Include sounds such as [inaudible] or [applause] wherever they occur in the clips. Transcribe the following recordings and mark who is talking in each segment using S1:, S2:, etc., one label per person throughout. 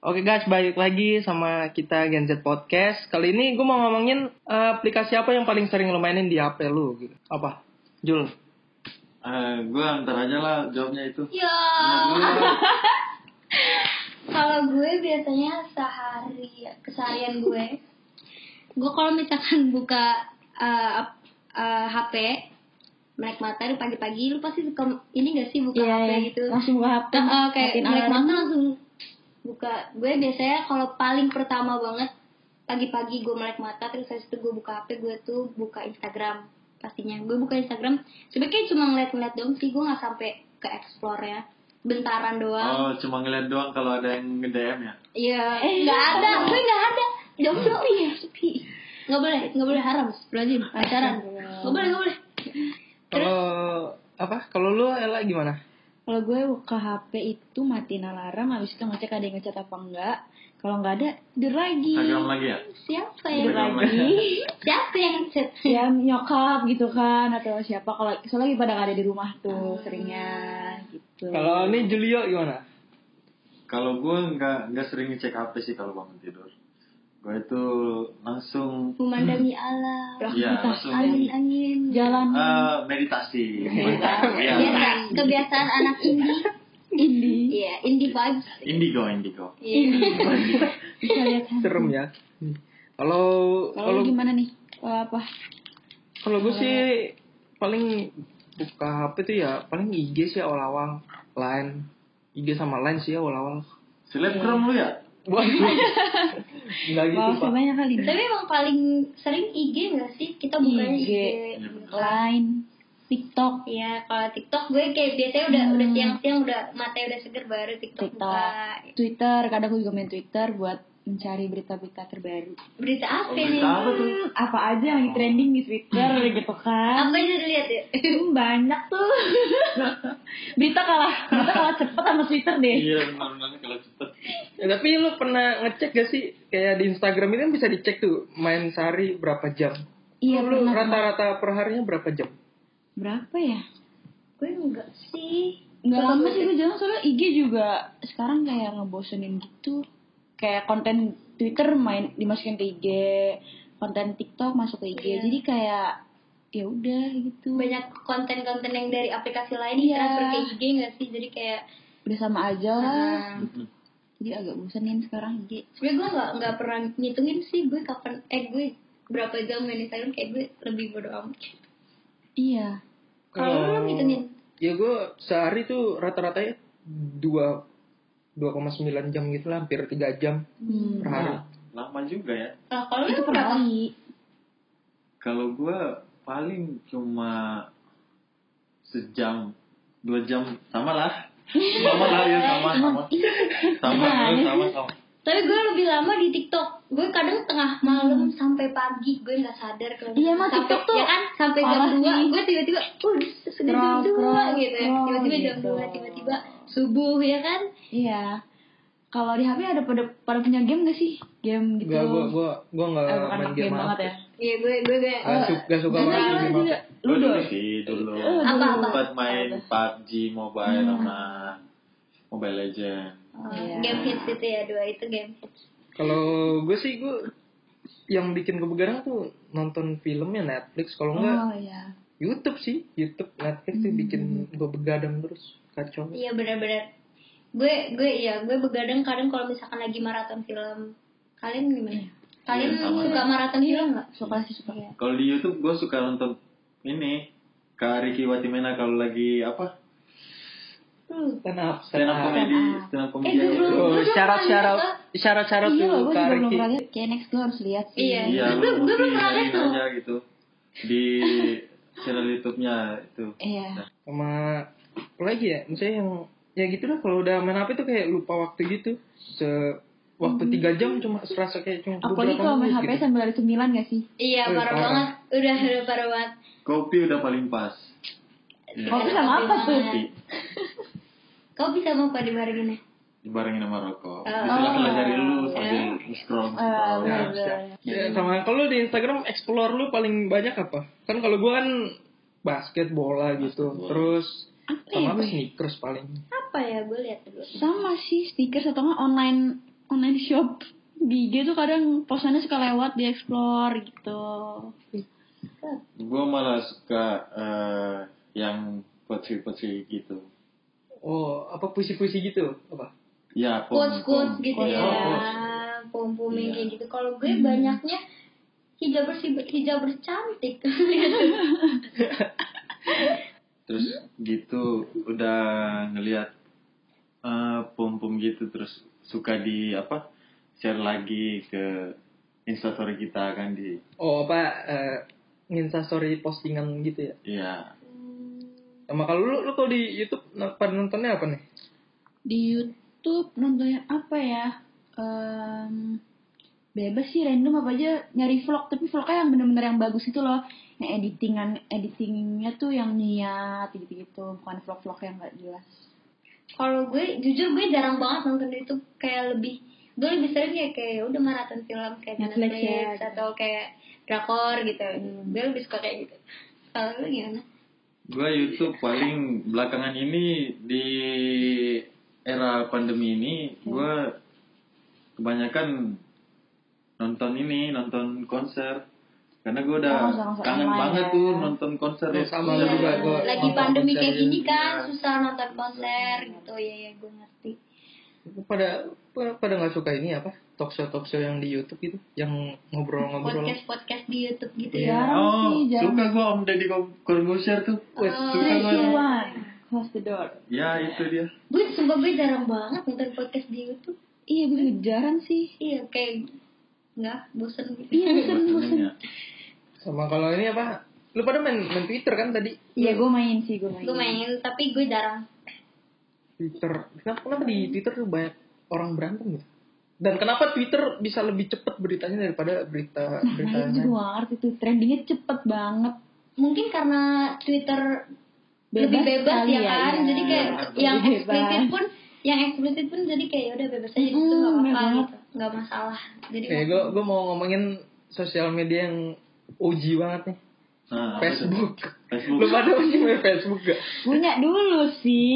S1: Oke guys, balik lagi sama kita Gen Z Podcast. Kali ini gue mau ngomongin eh, aplikasi apa yang paling sering lo mainin di HP lu gitu. Apa? Jul.
S2: Eh, gue antar aja lah jawabnya itu. Nah,
S3: Ya. kalau gue biasanya sehari keseharian gue, gue kalau misalkan buka eh, ap- eh, HP melek mata lu pagi-pagi lu pasti suka ini gak sih buka
S4: Iya,
S3: HP
S4: iya.
S3: gitu
S4: Langsung buka HP.
S3: Nah, eh, kayak
S4: matiin
S3: melek
S4: alarm.
S3: mata langsung buka gue biasanya kalau paling pertama banget pagi-pagi gue melek mata terus habis itu gue buka HP gue tuh buka Instagram pastinya gue buka Instagram sebenarnya cuma ngeliat-ngeliat doang sih gue nggak sampai ke explore ya bentaran
S2: Oh,
S3: doang
S2: cuma ngeliat doang kalau ada yang nge-DM ya.
S3: iya nggak ada gue nggak ada jomblo ya sepi nggak boleh nggak boleh haram lazim pacaran nggak boleh nggak boleh
S1: Kalau apa? Kalau lu Ella gimana?
S4: Kalau gue buka HP itu matiin alarm, habis itu ngecek ada yang ngechat apa enggak. Kalau enggak ada, tidur lagi.
S2: Instagram lagi ya?
S3: siapa
S4: Tidur
S3: yang
S2: Instagram
S4: lagi. [laughs]
S3: siapa yang set
S4: ya nyokap gitu kan atau siapa kalau soalnya lagi pada nggak ada di rumah tuh
S3: Ah.
S4: seringnya gitu.
S1: Kalau ini Julio gimana?
S2: Kalau gue nggak nggak sering ngecek HP sih kalau bangun tidur. Gue itu langsung [clears throat]
S3: memandangi alam
S2: ya langsung
S3: angin angin
S4: Jalan
S2: eh, meditasi. Iya.
S3: Biasa, kebiasaan anak indie
S4: ini
S3: Iya, indie vibes
S2: Indigo, indigo.
S3: Iya.
S4: bisa lihat.
S1: Serem ya. Kalau
S4: Kalau
S1: kalau
S4: lu gimana nih? Kalau apa?
S1: kalau gue sih paling buka HP tuh ya paling IG sih awal-awal, Line, IG sama Line sih awal-awal.
S2: Selebgram lu ya?
S1: Waduh. Enggak gitu,
S4: Kalau
S1: Pak.
S4: banyak kali ini.
S3: Tapi emang paling sering IG gak sih? Kita bukanya IG.
S4: IG. Line, TikTok,
S3: Iya, kalau TikTok gue kayak biasanya udah udah siang-siang udah matanya udah seger baru Hmm. TikTok,
S4: TikTok,
S3: buka.
S4: Twitter. Kadang gue juga main Twitter buat mencari berita-berita terbaru.
S3: Oh, Berita apa nih?
S2: Berita apa tuh?
S4: Hmm, apa aja yang lagi trending di Twitter gitu kan
S3: Apa yang dilihat ya?
S4: Hmm, banyak [laughs] tuh berita kalah berita kalah cepet sama Twitter deh
S2: Iya benar-benar kalau cepet.
S1: Ya, tapi lu pernah ngecek gak sih kayak di Instagram ini kan bisa dicek tuh main sehari berapa jam?
S4: iya
S1: lu
S4: pernah.
S1: rata-rata perharinya berapa jam?
S4: berapa ya
S3: Gue enggak sih.
S4: nggak lama sih gue jalan soalnya IG juga sekarang kayak ngebosenin gitu kayak konten Twitter main dimasukin ke IG konten TikTok masuk ke IG
S3: Iya.
S4: jadi kayak ya udah gitu
S3: Banyak konten-konten yang dari aplikasi lain
S4: Iya.
S3: ditransfer ke IG gak sih? Jadi kayak
S4: udah sama aja lah
S3: ah,
S4: jadi agak bosenin sekarang IG
S3: sebenernya gue nggak nggak pernah ngitungin sih gue kapan eh gue berapa jam main Instagram kayak gue lebih bodo amat
S4: iya
S3: kalau lu ngitungin
S1: Ya gue sehari tuh rata-ratanya dua 2,9 jam gitu lah, hampir 3 jam
S4: Hmm.
S1: per
S2: Iya.
S1: hari.
S4: Nah,
S2: Lama juga ya.
S3: Nah, kalau
S4: itu
S3: lu
S4: per
S3: berapa?
S4: hari
S2: Kalau gue paling cuma sejam, dua jam, sama lah. Sama lah ya sama
S3: [laughs]
S2: sama.
S3: Iya.
S2: Sama sama sama. sama.
S3: Tapi gue lebih lama di TikTok. Gue kadang tengah malam sampai pagi gue nggak sadar kalau
S4: Hmm. Iya, emang
S3: sampai-
S4: TikTok tuh
S3: ya kan sampai jam
S4: parah
S3: dua
S4: sih.
S3: gue tiba-tiba uh sudah jam
S4: Scroll,
S3: dua
S4: scroll,
S3: gitu ya.
S4: scroll
S3: Tiba-tiba jam
S4: gitu.
S3: dua tiba-tiba subuh ya kan.
S4: Iya. Kalau di HP ada pada pada punya game gak sih? Game gitu.
S1: Enggak, gue gue gue enggak
S4: Eh, bukan
S1: main
S4: anak
S1: game
S4: game banget ya.
S3: Iya gue gue gue.
S1: Gak, su- gak suka
S4: Gimana,
S1: main
S4: gimana,
S1: game
S4: gimana?
S1: banget.
S2: Lu
S4: Ludo.
S2: dulu sih dulu.
S4: Eh,
S3: Apa, apa? Iya.
S2: Sempat main PUBG Mobile sama Mobile Legend.
S3: Oh,
S4: Iya.
S3: Game hits itu ya dua itu game hits.
S1: Kalau gue sih gue yang bikin gue begadang tuh nonton filmnya Netflix, kalau enggak
S4: Oh iya.
S1: YouTube sih, YouTube Netflix sih bikin gue
S4: Hmm.
S1: begadang terus kacau.
S3: Iya benar-benar. Gue gue iya gue begadang kadang kalau misalkan lagi maraton film. Kalian gimana? Kalian
S2: Iya, sama.
S3: suka maraton film nggak?
S4: Suka sih suka.
S1: Iya.
S2: Kalau di YouTube gue suka nonton ini Kak Riki Watimena kalau lagi apa?
S3: Hmm.
S1: Stand up,
S2: Stand up comedy, stand up comedy.
S3: Ah. Eh, dulu.
S1: Oh, syarat-syarat syarat-syarat
S4: Iya loh,
S1: tuh Kak
S4: gue juga belum
S1: Riki.
S4: pernah lihat. Kayak next gue harus lihat sih.
S3: Iya.
S2: Iya,
S3: Gue-
S2: lu
S3: gue belum
S2: mesti
S3: pernah lihat
S2: nyariin
S3: tuh.
S2: aja gitu di channel YouTube-nya itu.
S4: Iya.
S1: Sama apa lagi ya, misalnya yang ya gitu lah kalau udah main HP tuh kayak lupa waktu gitu. Se waktu tiga jam cuma serasa kayak cuma
S4: Hmm. Apalagi
S1: beberapa
S4: kalau main
S1: menit
S4: kan
S1: gitu. Ya,
S4: HP sambil ada cemilan gak sih?
S3: Iya
S1: Eh,
S3: parah
S1: parah.
S3: banget. Udah udah parah banget.
S2: Kopi udah paling pas.
S4: Kopi sama apa tuh?
S3: Iya.
S2: Kopi
S3: Kau bisa mau pada barengin ya?
S2: dibarengin sama rokok.
S3: Oh. iya. Eh,
S2: Bisa pelajari dulu sambil scroll scroll.
S1: Ya, ya, sama kalau di Instagram explore lu paling banyak apa? Kan kalau gua kan basket bola gitu. Terus
S4: Apa ya
S1: sama apa
S4: gue?
S1: sneakers paling.
S3: Apa ya gue lihat dulu.
S4: Sama sih stiker atau nggak online online shop di IG tuh kadang posannya suka lewat di explore gitu
S2: Gue malah suka eh, yang putri-putri gitu.
S1: Oh, apa puisi-puisi gitu? Apa?
S2: Ya, pom-
S3: quotes quotes
S2: pom-
S3: gitu
S2: pom-
S3: ya
S2: quotes.
S3: pom pom
S2: Oh, Iya.
S3: kayak gitu kalau gue banyaknya hijau bersih hijau bercantik [laughs]
S2: Terus
S3: Hmm?
S2: gitu udah ngelihat eh, pom-pom gitu terus suka di apa? Share lagi ke instastory kita kan di
S1: Oh, apa eh instastory postingan gitu ya?
S2: ya
S1: Sama kalau lu, lu kalau di YouTube nah, pada nontonnya apa nih?
S4: di YouTube nontonnya apa ya Em, bebas sih random apa aja nyari vlog tapi vlognya yang bener-bener yang bagus itu loh yang editingan editingnya tuh yang niat gitu gitu bukan vlog-vlog yang nggak jelas
S3: kalau gue jujur gue jarang banget nonton YouTube kayak lebih gue lebih sering ya kayak udah maraton film kayak di
S4: Netflix
S3: Netflix,
S4: ya, gitu.
S3: atau kayak drakor gitu gue lebih suka kayak gitu kalau lu gimana
S2: Gue YouTube paling belakangan ini di era pandemi ini gue kebanyakan nonton ini nonton konser karena gue udah
S4: Oh, konser-konser
S2: kangen
S4: online
S2: banget
S4: ya.
S2: tuh nonton konser
S1: Oh, sama Kalau
S3: Iya,
S1: juga gue
S3: lagi
S1: nonton
S3: pandemi
S2: konser
S3: kayak
S2: ini,
S3: gini
S2: ya.
S3: kan susah nonton konser gitu ya ya gue ngerti
S1: Pada pada- pada nggak suka ini apa? Talk show talk show yang di YouTube gitu, yang ngobrol-ngobrol.
S3: podcast podcast di YouTube gitu ya
S4: Iya. Jarang
S2: Oh,
S4: sih, jarang. Ah,
S2: suka gue Om Deddy Cor- Corbuzier tuh. Wes,
S3: Oh,
S2: suka
S3: iya.
S2: gua.
S4: close the door
S2: Ya, itu
S4: [laughs]
S2: dia.
S3: gue sumpah gue jarang banget nonton podcast di YouTube
S4: iya gue juga jarang sih
S3: iya kayak nggak bosen gitu
S4: iya [laughs] bosen bosen
S2: Senengnya.
S1: Sama kalau ini apa? Lu pada main, main Twitter kan tadi?
S4: iya gue main sih gue main
S3: gue main tapi gue jarang
S1: Twitter. Kenapa, kenapa di Twitter tuh banyak orang berantem gitu? Dan kenapa Twitter bisa lebih cepat beritanya daripada berita berita
S4: nah
S1: yang lain?
S4: itu gue ngerti tuh trendingnya cepet banget
S3: mungkin karena Twitter
S4: Bebas
S3: lebih bebas
S4: sekali
S3: ya
S4: ya,
S3: kan
S4: iya.
S3: jadi kayak
S4: Lebih
S3: yang
S4: bebas.
S3: eksplisit pun yang eksplisit pun jadi kayak udah bebas aja gitu
S4: Mm,
S3: nggak
S4: bener
S3: apa-apa
S4: banget.
S3: gitu nggak masalah jadi
S2: Eh,
S1: Nih, gue gue mau ngomongin sosial media yang OG banget nih.
S2: Nah, apa tuh?
S1: Facebook.
S2: Facebook.
S1: Lu pada masih main Facebook gak?
S4: punya dulu sih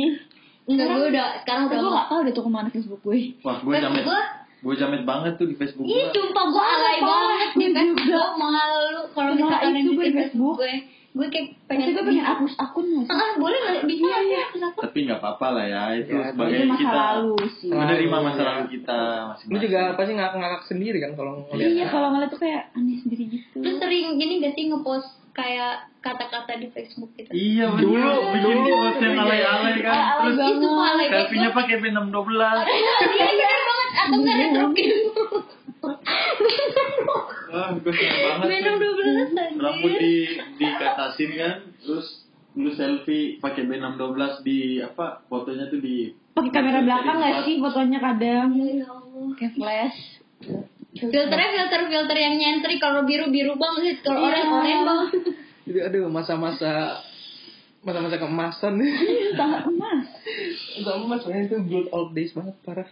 S3: nggak gue udah sekarang
S4: tapi
S3: udah
S4: gue
S3: nggak
S4: gak tau deh tuh kemana Facebook gue
S2: Wah, gue
S3: Facebook
S2: jamet.
S3: gua?
S2: Gue jamet banget tuh di Facebook
S3: Ih,
S2: gue.
S3: sumpah gue alay
S4: parah.
S3: banget nih kan gue malu kalau
S4: Semua
S3: misalkan
S4: itu
S3: yang di
S4: gue di
S3: Facebook gue gue kayak pengen
S4: Tapi gue pengen Iya, hapus akun gak sih?
S3: ah boleh nggak bisa ya aku
S2: Tapi nggak apa-apa lah ya, itu
S1: Ya,
S2: sebagai
S4: Itu masa
S2: kita
S4: lalu sih.
S2: menerima masa
S1: Iya.
S2: lalu kita
S1: Lu
S2: masing-masing.
S1: juga pasti ngakak-ngakak sendiri kan kalau ngeliat.
S4: Iya, kalau ngeliat tuh kayak aneh sendiri gitu.
S3: terus sering gini gak sih ngepost kayak kata-kata di Facebook gitu
S2: Iya, bener.
S1: Dulu,
S2: bikin
S1: dulu.
S2: konten alay-alay kan.
S4: Iya. Alay-alay
S2: Terus
S4: banget.
S3: Ih, sumpah alay banget
S2: selfie-nya pakai P612.
S3: Iya, bener banget. Atau nggak
S4: Iya,
S3: retro game.
S2: Wah, gue seneng
S4: Iya,
S2: banget.
S3: Venom
S2: tuh.
S3: 12
S2: Rambut
S3: anjir.
S2: di dikatasin kan, terus lu selfie pakai B612 di apa fotonya tuh di
S4: Pakai kamera belakang gak sih fotonya kadang?
S3: Ya Allah.
S4: Kayak flash.
S3: Filternya filter filter yang nyentrik kalau biru biru banget, kalau
S4: Iya.
S3: oranye oranye banget.
S1: Jadi aduh masa-masa masa-masa keemasan.
S4: Tahan emas.
S1: Gak emas sebenarnya itu good old days banget parah.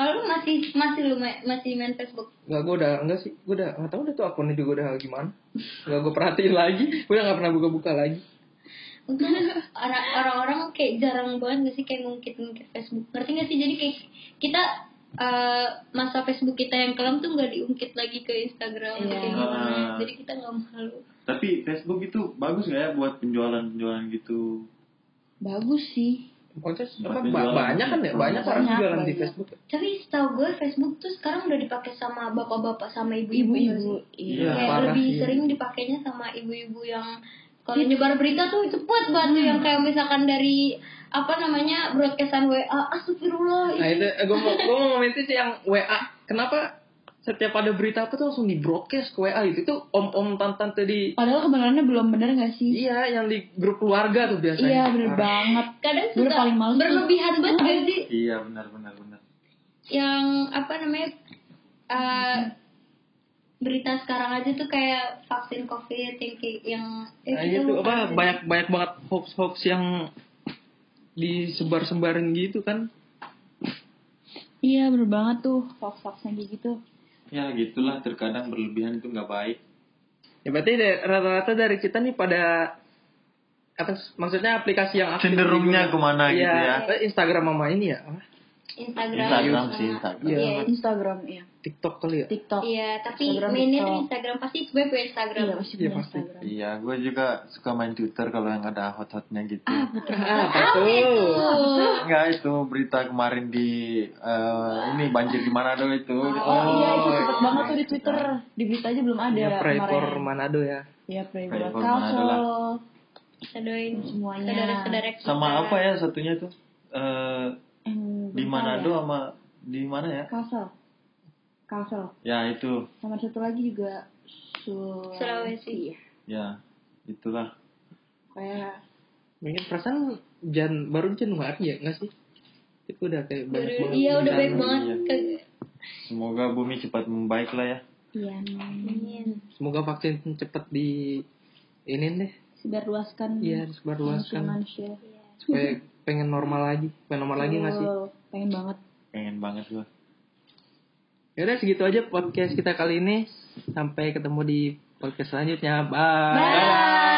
S3: Kalau lu masih masih lu ma- masih main Facebook.
S1: Gak gue udah enggak sih, gue udah nggak tahu udah tuh akunnya juga udah gimana. Gak gue perhatiin lagi, gue udah nggak pernah buka-buka lagi.
S3: [laughs] Orang- Orang-orang kayak jarang banget gak sih kayak ngungkit ngungkit Facebook. Ngerti gak sih? Jadi kayak kita eh, masa Facebook kita yang kelam tuh nggak diungkit lagi ke Instagram atau kayak
S4: Iya.
S3: gimana.
S2: Ah.
S3: Jadi kita nggak malu.
S2: Tapi Facebook itu bagus gak ya buat penjualan-penjualan gitu?
S4: Bagus sih.
S1: Kontes apa
S2: Tapi
S1: ba-
S2: jualan.
S1: banyak kan ya, banyak orang
S4: Banyak,
S1: jualan di
S4: banyak.
S1: Facebook.
S3: Tapi setahu gue Facebook tuh sekarang udah dipakai sama bapak-bapak sama ibu-ibu. nggak sih?
S4: Ibu-ibu.
S2: Iya,
S3: kayak
S1: parah
S3: lebih
S1: sih.
S3: sering dipakainya sama ibu-ibu yang kalau nyebar berita tuh cepet banget tuh yang kayak misalkan dari apa namanya broadcastan WA astagfirullah
S1: Nah itu gue mau gue mau ngomentarin sih yang WA. Kenapa setiap ada berita apa tuh langsung di broadcast ke WA itu tuh om-om tante-tante di
S4: Padahal kebenarannya belum bener gak sih?
S1: iya yang di grup keluarga tuh biasanya.
S4: Iya, bener banget.
S3: kadang
S4: Gue
S3: suka
S4: paling males tuh.
S3: berlebihan banget gak sih
S2: Iya, benar benar benar.
S3: yang apa namanya eh, berita sekarang aja tuh kayak vaksin covid yang kayak yang eh,
S1: Nah,
S3: kita
S1: itu
S3: bukan
S1: apa
S3: vaksin.
S1: banyak banyak banget hoax-hoax yang disebar-sembarin gitu kan.
S4: Iya, bener banget tuh. Fox-fox yang kayak gitu.
S2: Ya gitulah terkadang berlebihan itu nggak baik.
S1: Ya berarti da- rata-rata dari kita nih pada apa s- maksudnya aplikasi yang aktif
S2: Cenderungnya
S1: di-
S2: kemana gitu
S1: Iya,
S2: ya.
S1: apa, Instagram sama ini ya. apa?
S3: Instagram.
S2: Instagram
S3: sama-
S2: sih Instagram.
S1: Iya.
S3: Iya,
S4: Instagram ya
S1: TikTok kali ya?
S4: TikTok
S3: Iya, tapi
S4: Instagram,
S3: mainnya
S4: TikTok.
S3: tuh Instagram pasti gue punya Instagram.
S4: Iya pasti
S1: Iya,
S4: punya
S1: pasti.
S4: Instagram
S2: Iya, gue juga suka main Twitter kalau yang ada hot-hotnya gitu.
S1: Ah,
S3: Iya, Apa itu?
S2: Enggak, itu berita kemarin di eh, ini banjir di Manado itu.
S4: Oh, iya itu
S1: iya.
S4: cepet banget tuh di Twitter di berita aja belum ada
S3: Iya,
S1: Ya, pray for
S4: kemarin.
S1: Manado ya.
S4: Iya pray for
S2: Pray for Manado
S4: Council
S2: lah.
S3: Kita doain
S4: Semuanya.
S3: saudara-saudara kita.
S2: Sama apa ya satunya tuh? Eh,
S4: yang
S2: di
S4: bentar
S2: Manado
S4: ya.
S2: sama di mana ya?
S4: Council Council
S2: Ya itu,
S4: sama satu lagi juga Sul-
S3: Sulawesi.
S4: Iya.
S2: ya itulah.
S4: kayak
S1: Mungkin perasaan Jan baru Januari ya nggak sih? Itu udah kayak banyak
S3: Baru-
S1: banget.
S3: Iya, udah
S1: bencana.
S3: baik banget. Ke-
S2: Semoga bumi cepat membaik lah ya.
S4: iya
S3: Amin.
S1: Semoga vaksin cepet di ini deh.
S4: sebarluaskan
S1: Iya, disebarluaskan
S4: manusia
S1: supaya pengen normal lagi. Pengen normal lagi nggak sih?
S4: Betul. pengen banget
S2: Pengen banget gue.
S1: Ya udah segitu aja podcast kita kali ini. Sampai ketemu di podcast selanjutnya. Bye.
S3: Bye.